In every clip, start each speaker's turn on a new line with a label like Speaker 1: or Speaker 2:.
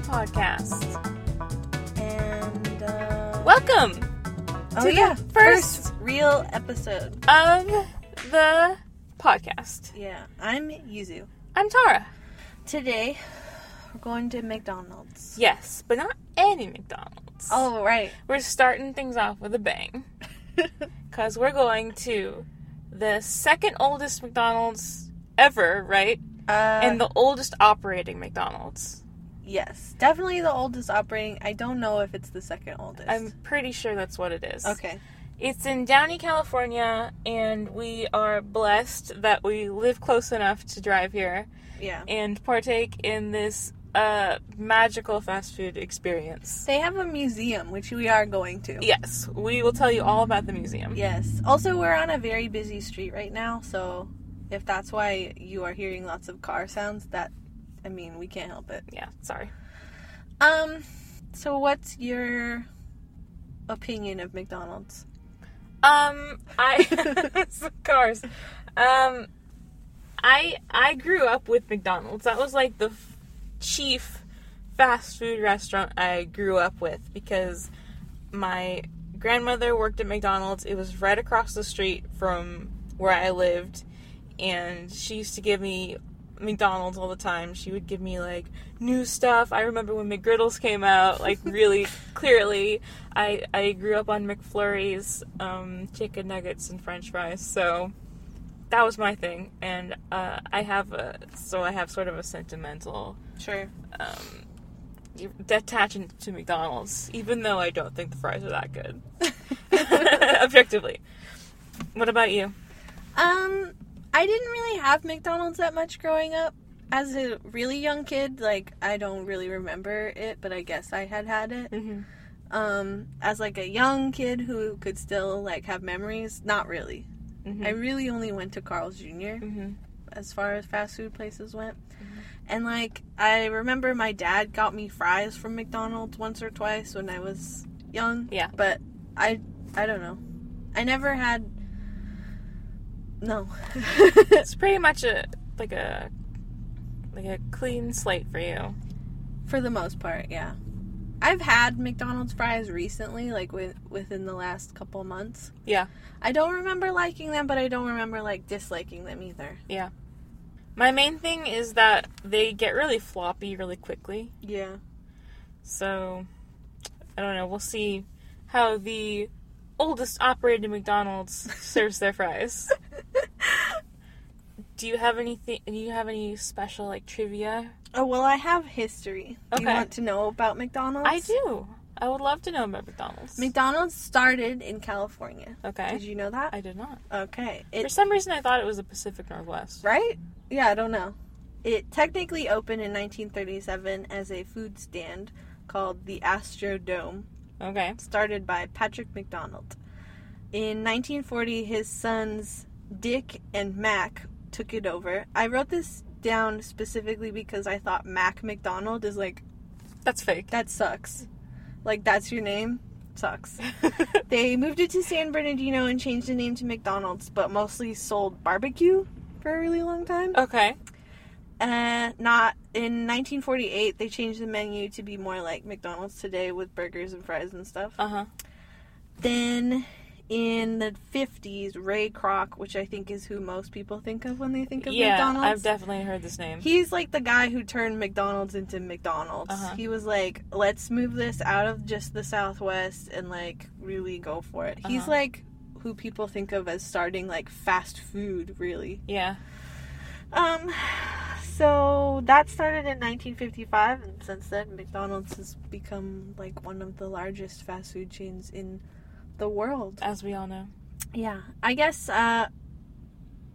Speaker 1: podcast.
Speaker 2: And uh,
Speaker 1: Welcome
Speaker 2: oh,
Speaker 1: to
Speaker 2: yeah,
Speaker 1: the first-
Speaker 2: first, real episode.
Speaker 1: of the podcast.
Speaker 2: Yeah, I'm Yuzu.
Speaker 1: I'm Tara.
Speaker 2: Today we're going to McDonald's.
Speaker 1: Yes, but not any McDonald's.
Speaker 2: Oh right.
Speaker 1: We're starting things off with a bang
Speaker 2: Uh,
Speaker 1: because we're going to the second oldest McDonald's ever, right?
Speaker 2: Uh,
Speaker 1: and the oldest operating McDonald's.
Speaker 2: yes, definitely the oldest operating. I don't know if it's the second oldest.
Speaker 1: I'm pretty sure that's what it is.
Speaker 2: okay.
Speaker 1: It's in Downey, California, and we are blessed that we live close enough to drive here
Speaker 2: Yeah.
Speaker 1: and partake in this uh, magical fast food experience.
Speaker 2: They have a museum which we are going to.
Speaker 1: Yes, we will tell you all about the museum.
Speaker 2: Yes. Also, we're on a very busy street right now, so if that's why you are hearing lots of car sounds, that I mean, we can't help it.
Speaker 1: Yeah, sorry.
Speaker 2: Um, so what's your opinion of McDonald's?
Speaker 1: Um, I cars. Um, I I grew up with McDonald's. That was like the f- chief fast food restaurant I grew up with because my grandmother worked at McDonald's. It was right across the street from where I lived, and she used to give me McDonald's all the time. She would give me like new stuff. I remember when McGriddles came out, like really clearly. I I grew up on McFlurries, um, chicken nuggets, and French fries. So that was my thing, and uh, I have a so I have sort of a sentimental
Speaker 2: Sure.
Speaker 1: um, detachment to McDonald's, even though I don't think the fries are that good, objectively. What about you?
Speaker 2: Um, I didn't really have McDonald's that much growing up. As a really young kid, like I don't really remember it, but I guess I had had it.
Speaker 1: Mm-hmm.
Speaker 2: Um, as like a young kid who could still like have memories, not really.
Speaker 1: Mm-hmm.
Speaker 2: I really only went to Carl's Jr.
Speaker 1: hmm
Speaker 2: as far as fast food places went.
Speaker 1: Mm-hmm.
Speaker 2: And like I remember my dad got me fries from McDonald's once or twice when I was young.
Speaker 1: Yeah.
Speaker 2: But I I don't know. I never had no.
Speaker 1: It's pretty much a like a like a clean slate for you.
Speaker 2: For the most part, yeah. I've had McDonald's fries recently, like with, within the last couple months.
Speaker 1: Yeah.
Speaker 2: I don't remember liking them, but I don't remember like disliking them either.
Speaker 1: My main thing is that they get really floppy really quickly.
Speaker 2: Yeah.
Speaker 1: So I don't know. We'll see how the oldest operating McDonald's serves their fries. Do you have anything? Do you have any special like trivia?
Speaker 2: Oh well, I have history. Do you
Speaker 1: Okay.
Speaker 2: want to know about McDonald's?
Speaker 1: I do. I would love to know about McDonald's.
Speaker 2: McDonald's started in California. Did
Speaker 1: okay.
Speaker 2: you know that?
Speaker 1: I did not.
Speaker 2: Okay.
Speaker 1: For
Speaker 2: It,
Speaker 1: some reason, I thought it was the Pacific Northwest.
Speaker 2: right? Yeah, I don't know. It technically opened in 1937 as a food stand called the Astrodome,
Speaker 1: Okay.
Speaker 2: started by Patrick McDonald. In 1940, his sons Dick and Mac took it over. I wrote this down specifically because I thought Mac McDonald is like,
Speaker 1: That's fake.
Speaker 2: that sucks. Like, that's your name? Sucks. They moved it to San Bernardino and changed the name to McDonald's, but mostly sold barbecue for a really long time.
Speaker 1: okay.
Speaker 2: Uh, not in 1948, they changed the menu to be more like McDonald's today with burgers and fries and stuff.
Speaker 1: Uh huh.
Speaker 2: Then in the 50s, Ray Kroc, which I think is who most people think of when they think of
Speaker 1: Yeah, I've
Speaker 2: McDonald's.
Speaker 1: definitely heard this name.
Speaker 2: He's like the guy who turned McDonald's into McDonald's.
Speaker 1: Uh-huh.
Speaker 2: He was like, let's move this out of just the Southwest and like really go for it. He's
Speaker 1: Uh-huh.
Speaker 2: like who people think of as starting like fast food, really.
Speaker 1: yeah.
Speaker 2: Um, so that started in 1955, and since then, McDonald's has become like one of the largest fast food chains in the world.
Speaker 1: As we all know.
Speaker 2: Yeah, I guess uh,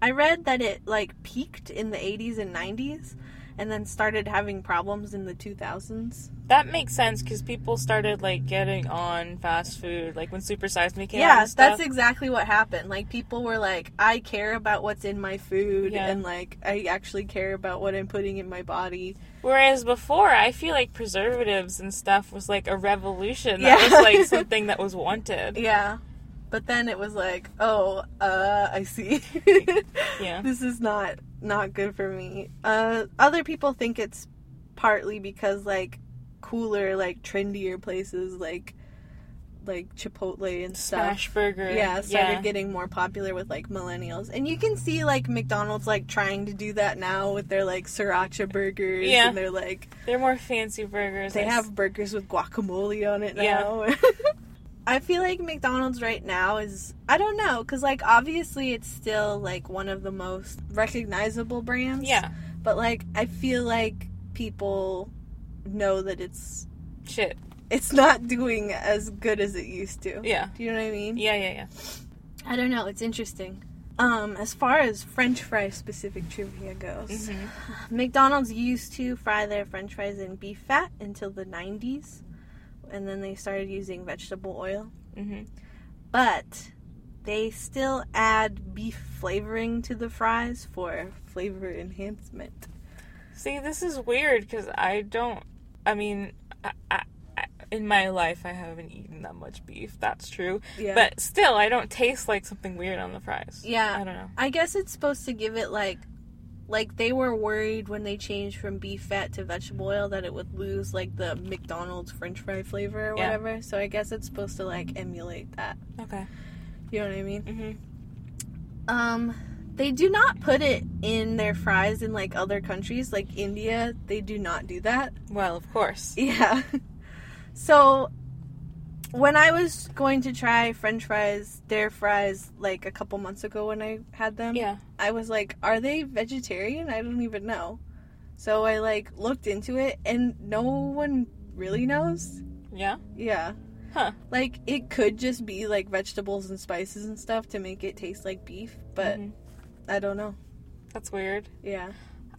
Speaker 2: I read that it like peaked in the 80s and 90s and then started having problems in the 2000s.
Speaker 1: That makes sense because people started like getting on fast food, like when Super Size Me came out.
Speaker 2: Yeah,
Speaker 1: and stuff.
Speaker 2: that's exactly what happened. Like people were like, I care about what's in my food
Speaker 1: Yeah.
Speaker 2: and like I actually care about what I'm putting in my body.
Speaker 1: Whereas before, I feel like preservatives and stuff was like a revolution.
Speaker 2: Yeah.
Speaker 1: That was like something that was wanted.
Speaker 2: Yeah. But then it was like, oh, uh, I see.
Speaker 1: Yeah.
Speaker 2: this is not not good for me. Uh, other people think it's partly because like cooler, like trendier places like like Chipotle and stuff.
Speaker 1: Smash burger.
Speaker 2: Yeah, started getting more popular with like millennials. And you can see like McDonald's like trying to do that now with their like sriracha burgers
Speaker 1: Yeah.
Speaker 2: and they're like
Speaker 1: They're more fancy burgers.
Speaker 2: they
Speaker 1: I s-
Speaker 2: have burgers with guacamole on it
Speaker 1: Yeah.
Speaker 2: now. I feel like McDonald's right now is I don't know cuz like obviously it's still like one of the most recognizable brands.
Speaker 1: Yeah.
Speaker 2: But like I feel like people know that it's
Speaker 1: Shit.
Speaker 2: it's not doing as good as it used to.
Speaker 1: Yeah.
Speaker 2: Do you know what I mean?
Speaker 1: Yeah, yeah, yeah.
Speaker 2: I don't know. It's interesting. Um, as far as French fry specific trivia goes,
Speaker 1: Mhm.
Speaker 2: McDonald's used to fry their French fries in beef fat until the 90s, and then they started using vegetable oil.
Speaker 1: Mhm.
Speaker 2: But they still add beef flavoring to the fries for flavor enhancement.
Speaker 1: See, this is weird because I don't. I mean, I, I, I, in my life, I haven't eaten that much beef. That's true.
Speaker 2: Yeah.
Speaker 1: But still, I don't taste like something weird on the fries.
Speaker 2: Yeah.
Speaker 1: I don't know.
Speaker 2: I guess it's supposed to give it like like they were worried when they changed from beef fat to vegetable oil that it would lose like the McDonald's french fry flavor or
Speaker 1: Yeah.
Speaker 2: whatever. So I guess it's supposed to like emulate that.
Speaker 1: Okay.
Speaker 2: You know what I mean?
Speaker 1: Mm-hmm.
Speaker 2: Um they do not put it in their fries in like other countries like India, they do not do that.
Speaker 1: Well, of course.
Speaker 2: Yeah. So when I was going to try french fries, their fries like a couple months ago when I had them,
Speaker 1: Yeah.
Speaker 2: I was like, are they vegetarian? I don't even know. So I like looked into it and no one really knows.
Speaker 1: Yeah.
Speaker 2: Yeah.
Speaker 1: Huh.
Speaker 2: Like it could just be like vegetables and spices and stuff to make it taste like beef, but
Speaker 1: Mhm.
Speaker 2: I don't know.
Speaker 1: that's weird.
Speaker 2: Yeah.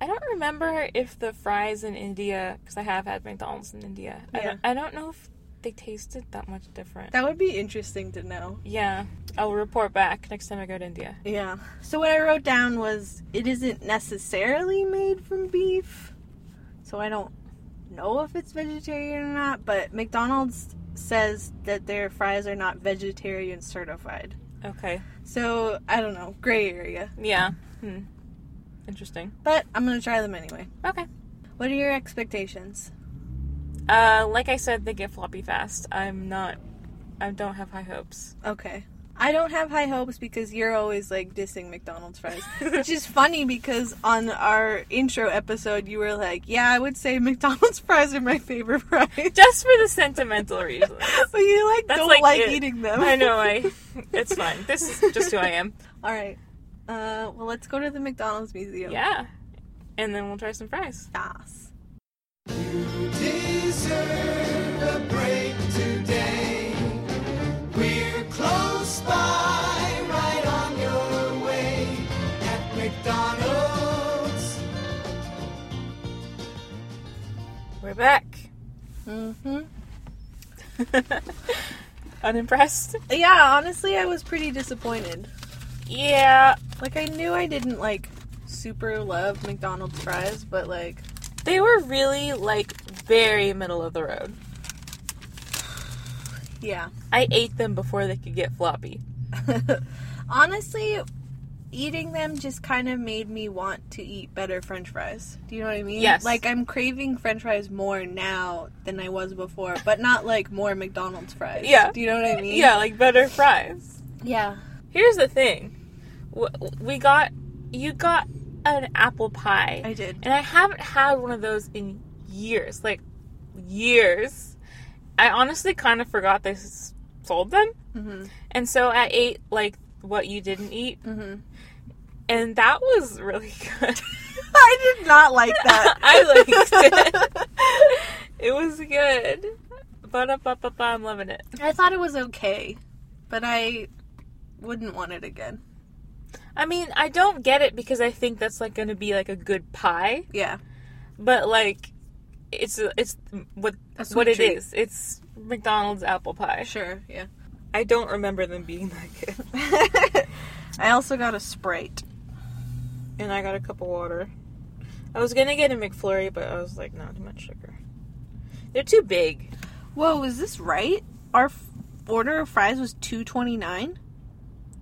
Speaker 1: I don't remember if the fries in India, because I have had McDonald's in India. I,
Speaker 2: Yeah.
Speaker 1: don't, I don't know if they tasted that much different.
Speaker 2: That would be interesting to know.
Speaker 1: yeah. I'll report back next time I go to India.
Speaker 2: Yeah. So what I wrote down was it isn't necessarily made from beef. So I don't know if it's vegetarian or not, but McDonald's says that their fries are not vegetarian certified.
Speaker 1: Okay.
Speaker 2: So I don't know, gray area.
Speaker 1: Yeah. Hmm. Interesting.
Speaker 2: But I'm gonna try them anyway.
Speaker 1: Okay.
Speaker 2: What are your expectations?
Speaker 1: Uh, like I said, they get floppy fast. I'm not. I don't have high hopes.
Speaker 2: Okay. I don't have high hopes because you're always like dissing McDonald's fries. Which is funny because on our intro episode you were like, Yeah, I would say McDonald's fries are my favorite fries.
Speaker 1: Just for the sentimental reasons.
Speaker 2: but you like
Speaker 1: That's
Speaker 2: don't like,
Speaker 1: like it.
Speaker 2: eating them.
Speaker 1: I know. I. It's fine. This is just who I am.
Speaker 2: Alright. Uh well let's go to the McDonald's museum.
Speaker 1: Yeah. And then we'll try some fries.
Speaker 2: Yes.
Speaker 3: Deserve a break today. We're close by, right on your way at McDonald's.
Speaker 1: We're back.
Speaker 2: Mm-hmm.
Speaker 1: Unimpressed?
Speaker 2: Yeah, honestly I was pretty disappointed.
Speaker 1: Yeah.
Speaker 2: Like I knew I didn't like super love McDonald's fries, but like
Speaker 1: They were really like very middle of the road.
Speaker 2: yeah.
Speaker 1: I ate them before they could get floppy.
Speaker 2: Honestly, eating them just kind of made me want to eat better french fries. Do you know what I mean?
Speaker 1: Yes.
Speaker 2: Like I'm craving french fries more now than I was before, but not like more McDonald's fries.
Speaker 1: Yeah.
Speaker 2: Do you know what I mean?
Speaker 1: Yeah, like better fries.
Speaker 2: Yeah.
Speaker 1: Here's the thing. W- We got you got an apple pie.
Speaker 2: I did.
Speaker 1: And I haven't had one of those in years. Like, years. I honestly kind of forgot they s- sold them.
Speaker 2: Mhm.
Speaker 1: And so I ate, like, what you didn't eat.
Speaker 2: Mhm.
Speaker 1: And that was really good.
Speaker 2: I did not like that.
Speaker 1: I liked it. it was good. But up, up, up, I'm loving it.
Speaker 2: I thought it was okay, but I wouldn't want it again.
Speaker 1: I mean, I don't get it because I think that's, like, going to be, like, a good pie.
Speaker 2: Yeah.
Speaker 1: But, like, it's it's what
Speaker 2: A sweet
Speaker 1: what it
Speaker 2: treat.
Speaker 1: is. It's McDonald's apple pie.
Speaker 2: Sure. Yeah.
Speaker 1: I don't remember them being that good.
Speaker 2: I also got a Sprite.
Speaker 1: and I got a cup of water. I was gonna get a McFlurry, but I was like, not too much sugar. They're too big.
Speaker 2: Whoa, is this right? Our f- order of fries was 2.29.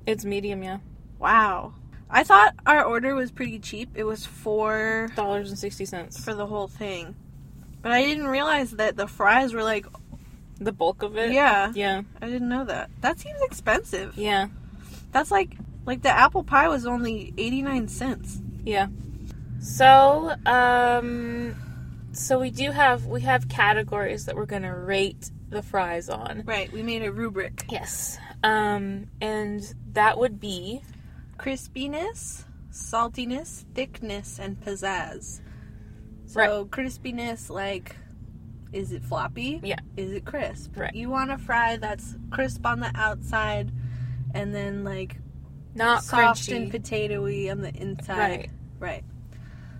Speaker 1: It's medium, yeah.
Speaker 2: Wow. I thought our order was pretty cheap. It was 4
Speaker 1: Dollars and sixty cents.
Speaker 2: for the whole thing. But I didn't realize that the fries were like,
Speaker 1: The bulk of it.
Speaker 2: yeah,
Speaker 1: Yeah.
Speaker 2: I didn't know that. That seems expensive.
Speaker 1: Yeah.
Speaker 2: That's like, like the apple pie was only 89 cents.
Speaker 1: Yeah. So, um so we do have we have categories that we're going to rate the fries on.
Speaker 2: Right, we made a rubric.
Speaker 1: Yes. Um and that would be
Speaker 2: Crispiness, saltiness, thickness, and pizzazz. So crispiness, like, is it floppy?
Speaker 1: Yeah.
Speaker 2: Is it crisp?
Speaker 1: Right.
Speaker 2: You want a fry that's crisp on the outside, and then like
Speaker 1: not
Speaker 2: soft
Speaker 1: crunchy.
Speaker 2: and potatoey on the inside.
Speaker 1: right.
Speaker 2: Right.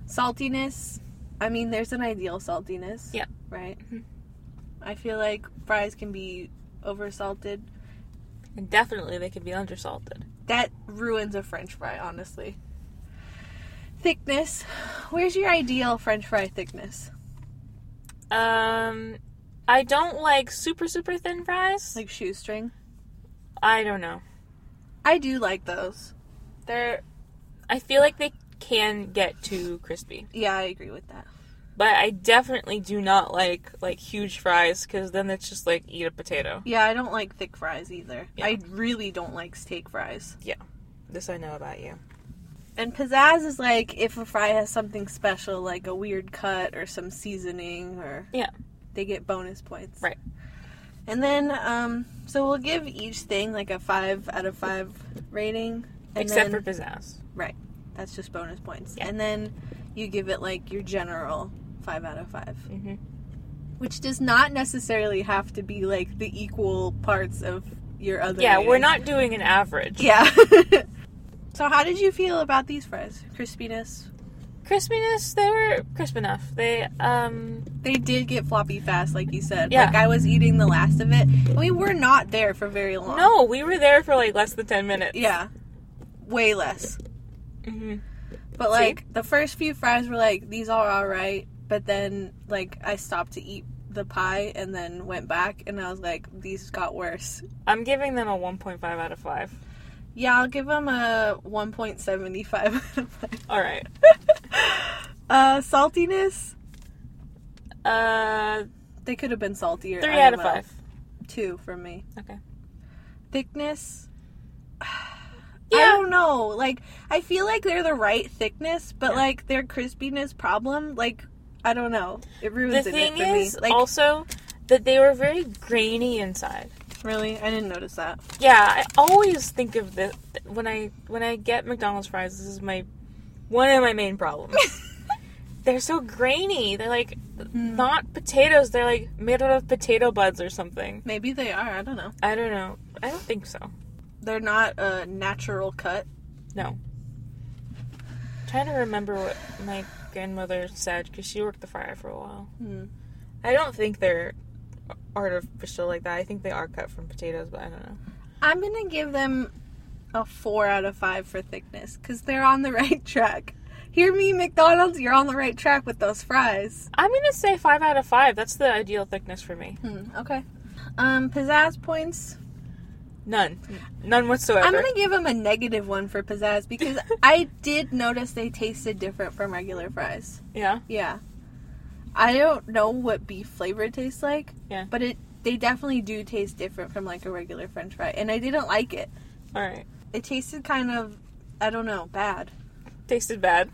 Speaker 2: Saltiness. I mean, there's an ideal saltiness.
Speaker 1: Yeah.
Speaker 2: Right.
Speaker 1: Mhm.
Speaker 2: I feel like fries can be oversalted.
Speaker 1: And definitely they could be undersalted.
Speaker 2: That ruins a French fry, honestly. Thickness. Where's your ideal French fry thickness?
Speaker 1: Um I don't like super super thin fries.
Speaker 2: Like shoestring.
Speaker 1: I don't know.
Speaker 2: I do like those. They're
Speaker 1: I feel like they can get too crispy.
Speaker 2: yeah, I agree with that.
Speaker 1: But I definitely do not like like huge fries cuz then it's just like eat a potato.
Speaker 2: Yeah, I don't like thick fries either.
Speaker 1: Yeah.
Speaker 2: I really don't like steak fries.
Speaker 1: This I know about you.
Speaker 2: And pizzazz is like if a fry has something special, like a weird cut or some seasoning, or
Speaker 1: Yeah.
Speaker 2: they get bonus points.
Speaker 1: Right.
Speaker 2: And then, um, so we'll give each thing like a five out of five rating. And
Speaker 1: Except
Speaker 2: then,
Speaker 1: for pizzazz.
Speaker 2: that's just bonus points.
Speaker 1: Yeah.
Speaker 2: And then you give it like your general five out of five,
Speaker 1: Mm-hmm.
Speaker 2: which does not necessarily have to be like the equal parts of your other.
Speaker 1: Yeah, we're
Speaker 2: ratings.
Speaker 1: not doing an average.
Speaker 2: Yeah. so how did you feel about these fries? Crispiness.
Speaker 1: Crispiness, they were crisp enough. They, um,
Speaker 2: They did get floppy fast, like you said.
Speaker 1: Yeah.
Speaker 2: Like I was eating the last of it. and We were not there for very long.
Speaker 1: no, we were there for like less than 10 minutes.
Speaker 2: Yeah. Way less.
Speaker 1: hmm
Speaker 2: But
Speaker 1: See?
Speaker 2: like the first few fries were like these are all right, but then like I stopped to eat the pie and then went back and I was like these got worse.
Speaker 1: I'm giving them a 1.5 out of 5.
Speaker 2: Yeah, I'll give them a 1.75.
Speaker 1: All right.
Speaker 2: uh saltiness,
Speaker 1: Uh,
Speaker 2: they could have been saltier.
Speaker 1: 3
Speaker 2: I
Speaker 1: out of
Speaker 2: don't know.
Speaker 1: 5.
Speaker 2: 2 for me.
Speaker 1: Okay.
Speaker 2: Thickness I
Speaker 1: Yeah.
Speaker 2: don't know. Like I feel like they're the right thickness, but
Speaker 1: Yeah.
Speaker 2: like their crispiness problem, like I don't know. It
Speaker 1: The
Speaker 2: ruins it
Speaker 1: thing
Speaker 2: for
Speaker 1: is
Speaker 2: me. Like
Speaker 1: also that they were very grainy inside.
Speaker 2: really, I didn't notice that.
Speaker 1: Yeah, I always think of this when I when I get McDonald's fries. This is my one of my main problems. They're so grainy. They're like not potatoes. They're like made out of potato buds or something.
Speaker 2: Maybe they are. I don't know.
Speaker 1: I don't know. I don't think so.
Speaker 2: They're not a natural cut.
Speaker 1: No. I'm trying to remember what my grandmother said because she worked the fryer for a while.
Speaker 2: Hmm.
Speaker 1: I don't think they're artificial like that. I think they are cut from potatoes, but I don't know.
Speaker 2: I'm gonna give them a four out of five for thickness because they're on the right track. Hear me, McDonald's. You're on the right track with those fries.
Speaker 1: I'm gonna say five out of five. That's the ideal thickness for me.
Speaker 2: Hmm, okay. Um, pizzazz points.
Speaker 1: None, none whatsoever.
Speaker 2: I'm gonna give them a negative one for pizzazz because I did notice they tasted different from regular fries.
Speaker 1: Yeah.
Speaker 2: Yeah. I don't know what beef flavor tastes like.
Speaker 1: Yeah.
Speaker 2: But it they definitely do taste different from like a regular french fry and I didn't like it.
Speaker 1: All right.
Speaker 2: It tasted kind of I don't know, bad.
Speaker 1: Tasted bad.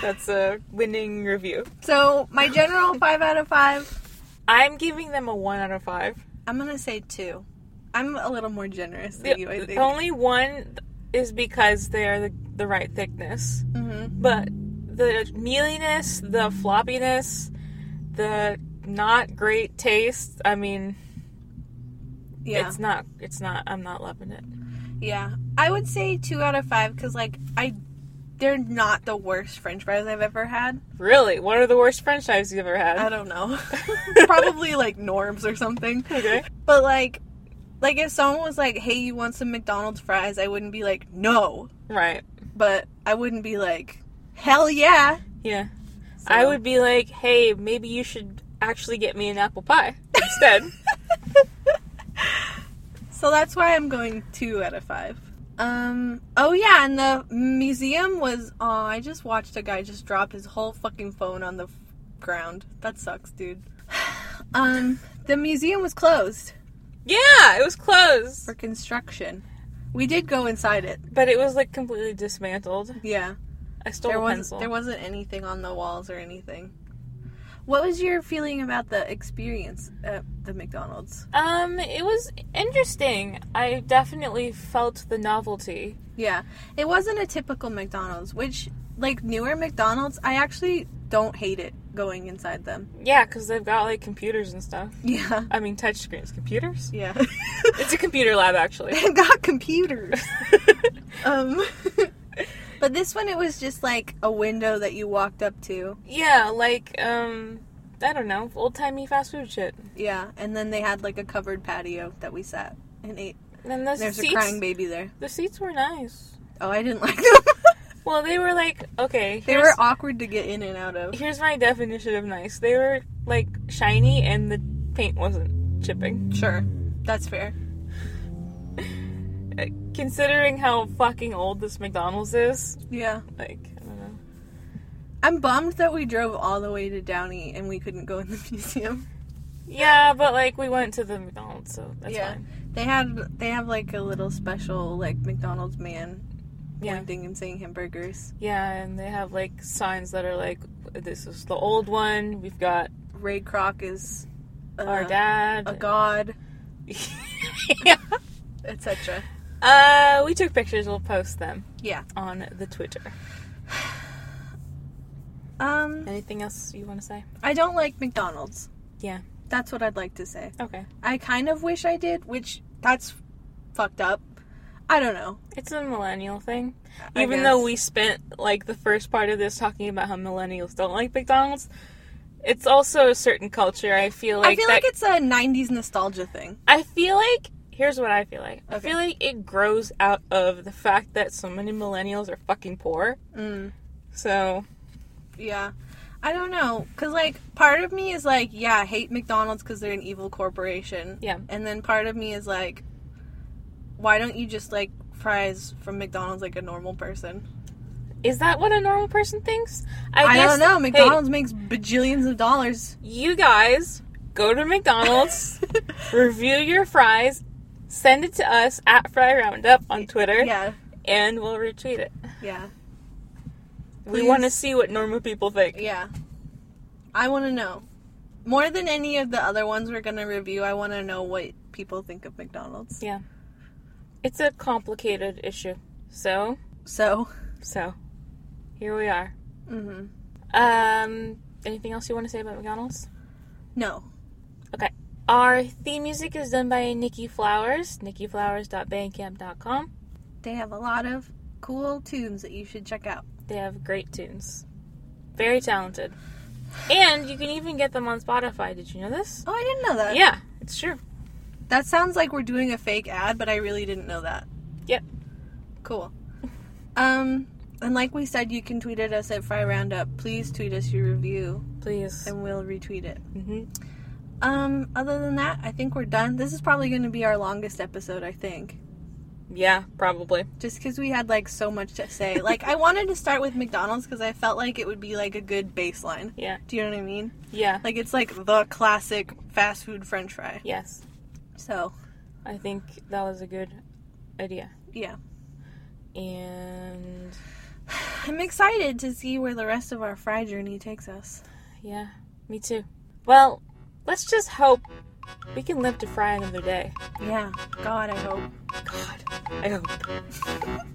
Speaker 1: That's a winning review.
Speaker 2: so, my general 5 out of 5,
Speaker 1: I'm giving them a one out of five.
Speaker 2: I'm going to say 2. I'm a little more generous than you, I
Speaker 1: The,
Speaker 2: think.
Speaker 1: only one is because they are the, the right thickness,
Speaker 2: Mhm.
Speaker 1: but the mealiness, the floppiness, the not great taste. I mean,
Speaker 2: Yeah.
Speaker 1: it's not. It's not. I'm not loving it.
Speaker 2: Yeah, I would say two out of five because like I, they're not the worst French fries I've ever had.
Speaker 1: Really, what are the worst French fries you've ever
Speaker 2: I
Speaker 1: had?
Speaker 2: don't know, probably like Norms or something.
Speaker 1: Okay.
Speaker 2: But like, like if someone was like, "Hey, you want some McDonald's fries?" I wouldn't be like, "No,"
Speaker 1: Right.
Speaker 2: but I wouldn't be like, "Hell yeah!"
Speaker 1: Yeah.
Speaker 2: So-
Speaker 1: I would be like, hey, maybe you should actually get me an apple pie instead.
Speaker 2: So that's why I'm going two out of five. Um. Oh yeah, and the museum was. Oh, I just watched a guy just drop his whole fucking phone on the f- ground. That sucks, dude. um, the museum was closed
Speaker 1: Yeah, it was closed,
Speaker 2: for construction. We did go inside it.
Speaker 1: but it was like completely dismantled.
Speaker 2: Yeah.
Speaker 1: I stole
Speaker 2: there
Speaker 1: a
Speaker 2: was
Speaker 1: pencil.
Speaker 2: there wasn't anything on the walls or anything. What was your feeling about the experience at the McDonald's?
Speaker 1: um, it was interesting. I definitely felt the novelty.
Speaker 2: Yeah. It wasn't a typical McDonald's, which like newer McDonald's, I actually don't hate it going inside them.
Speaker 1: Yeah, because they've got like computers and stuff.
Speaker 2: Yeah.
Speaker 1: I mean, touch screens, computers.
Speaker 2: Yeah.
Speaker 1: It's a computer lab, actually.
Speaker 2: They got computers. Um But this one it was just like a window that you walked up to.
Speaker 1: yeah, like um, I don't know, old timey fast food shit.
Speaker 2: Yeah. And then they had like a covered patio that we sat and ate.
Speaker 1: And the
Speaker 2: There's a
Speaker 1: seats,
Speaker 2: crying baby there.
Speaker 1: the seats were nice.
Speaker 2: Oh, I didn't like them.
Speaker 1: Well, they were like okay.
Speaker 2: They
Speaker 1: here's-
Speaker 2: were awkward to get in and out of.
Speaker 1: Here's my definition of nice. They were like shiny and the paint wasn't chipping.
Speaker 2: Sure. That's fair.
Speaker 1: Uh, Considering how fucking old this McDonald's is,
Speaker 2: Yeah.
Speaker 1: like, I don't know.
Speaker 2: I'm bummed that we drove all the way to Downey and we couldn't go in the museum.
Speaker 1: Yeah, but like we went to the McDonald's, so that's
Speaker 2: Yeah.
Speaker 1: fine.
Speaker 2: They had they have like a little special like McDonald's man
Speaker 1: Yeah.
Speaker 2: pointing and saying hamburgers.
Speaker 1: Yeah, and they have like signs that are like, this is the old one. We've got
Speaker 2: Ray Kroc is uh,
Speaker 1: our dad.
Speaker 2: a god,
Speaker 1: yeah.
Speaker 2: etc.
Speaker 1: Uh, we took pictures. We'll post them
Speaker 2: Yeah.
Speaker 1: on the Twitter.
Speaker 2: Um
Speaker 1: Anything else you want to say?
Speaker 2: I don't like McDonald's.
Speaker 1: Yeah.
Speaker 2: That's what I'd like to say.
Speaker 1: Okay.
Speaker 2: I kind of wish I did, which that's fucked up. I don't know.
Speaker 1: It's a millennial thing.
Speaker 2: I
Speaker 1: Even though
Speaker 2: guess.
Speaker 1: we spent like the first part of this talking about how millennials don't like McDonald's, it's also a certain culture. I feel like
Speaker 2: I feel
Speaker 1: that,
Speaker 2: like it's a 90s nostalgia thing.
Speaker 1: I feel like here's what I feel like. I
Speaker 2: Okay.
Speaker 1: feel like it grows out of the fact that so many millennials are fucking poor.
Speaker 2: Mm.
Speaker 1: So
Speaker 2: Yeah. I don't know. Because, like, part of me is like, yeah, I hate McDonald's because they're an evil corporation.
Speaker 1: yeah,
Speaker 2: And then part of me is like, why don't you just, like, fries from McDonald's like a normal person?
Speaker 1: is that what a normal person thinks?
Speaker 2: I,
Speaker 1: guess-
Speaker 2: don't know.
Speaker 1: hey,
Speaker 2: McDonald's makes bajillions of dollars.
Speaker 1: you guys go to McDonald's, review your fries, send it to us at Fry Roundup on Twitter,
Speaker 2: yeah.
Speaker 1: and we'll retweet it.
Speaker 2: Yeah.
Speaker 1: We
Speaker 2: Please.
Speaker 1: want to see what normal people think.
Speaker 2: Yeah. I want to know. More than any of the other ones we're going to review, I want to know what people think of McDonald's.
Speaker 1: Yeah. It's a complicated issue. So,
Speaker 2: So,
Speaker 1: so here we are. Mm-hmm.
Speaker 2: hmm
Speaker 1: Um anything else you want to say about McDonald's?
Speaker 2: no.
Speaker 1: Our theme music is done by Nikki Flowers, nikkiflowers.bandcamp.com.
Speaker 2: They have a lot of cool tunes that you should check out.
Speaker 1: They have great tunes. Very talented. And you can even get them on Spotify. Did you know this?
Speaker 2: Oh, I didn't know that.
Speaker 1: Yeah, it's true.
Speaker 2: That sounds like we're doing a fake ad, but I really didn't know that.
Speaker 1: Yep.
Speaker 2: Cool. Um, and like we said, you can tweet at us at Fry Roundup. Please tweet us your review,
Speaker 1: Please.
Speaker 2: and we'll retweet it.
Speaker 1: hmm
Speaker 2: Um, other than that, I think we're done. This is probably going to be our longest episode, I think,
Speaker 1: Yeah, probably.
Speaker 2: just because we had like so much to say. like, I wanted to start with McDonald's because I felt like it would be like a good baseline.
Speaker 1: Yeah.
Speaker 2: Do you know what I mean?
Speaker 1: Yeah.
Speaker 2: Like, it's like the classic fast food French fry.
Speaker 1: Yes.
Speaker 2: So,
Speaker 1: I think that was a good idea.
Speaker 2: yeah.
Speaker 1: And
Speaker 2: I'm excited to see where the rest of our fry journey takes us.
Speaker 1: Yeah, me too. Well, let's just hope we can live to fry another day.
Speaker 2: Yeah. God, I hope.
Speaker 1: God, I hope.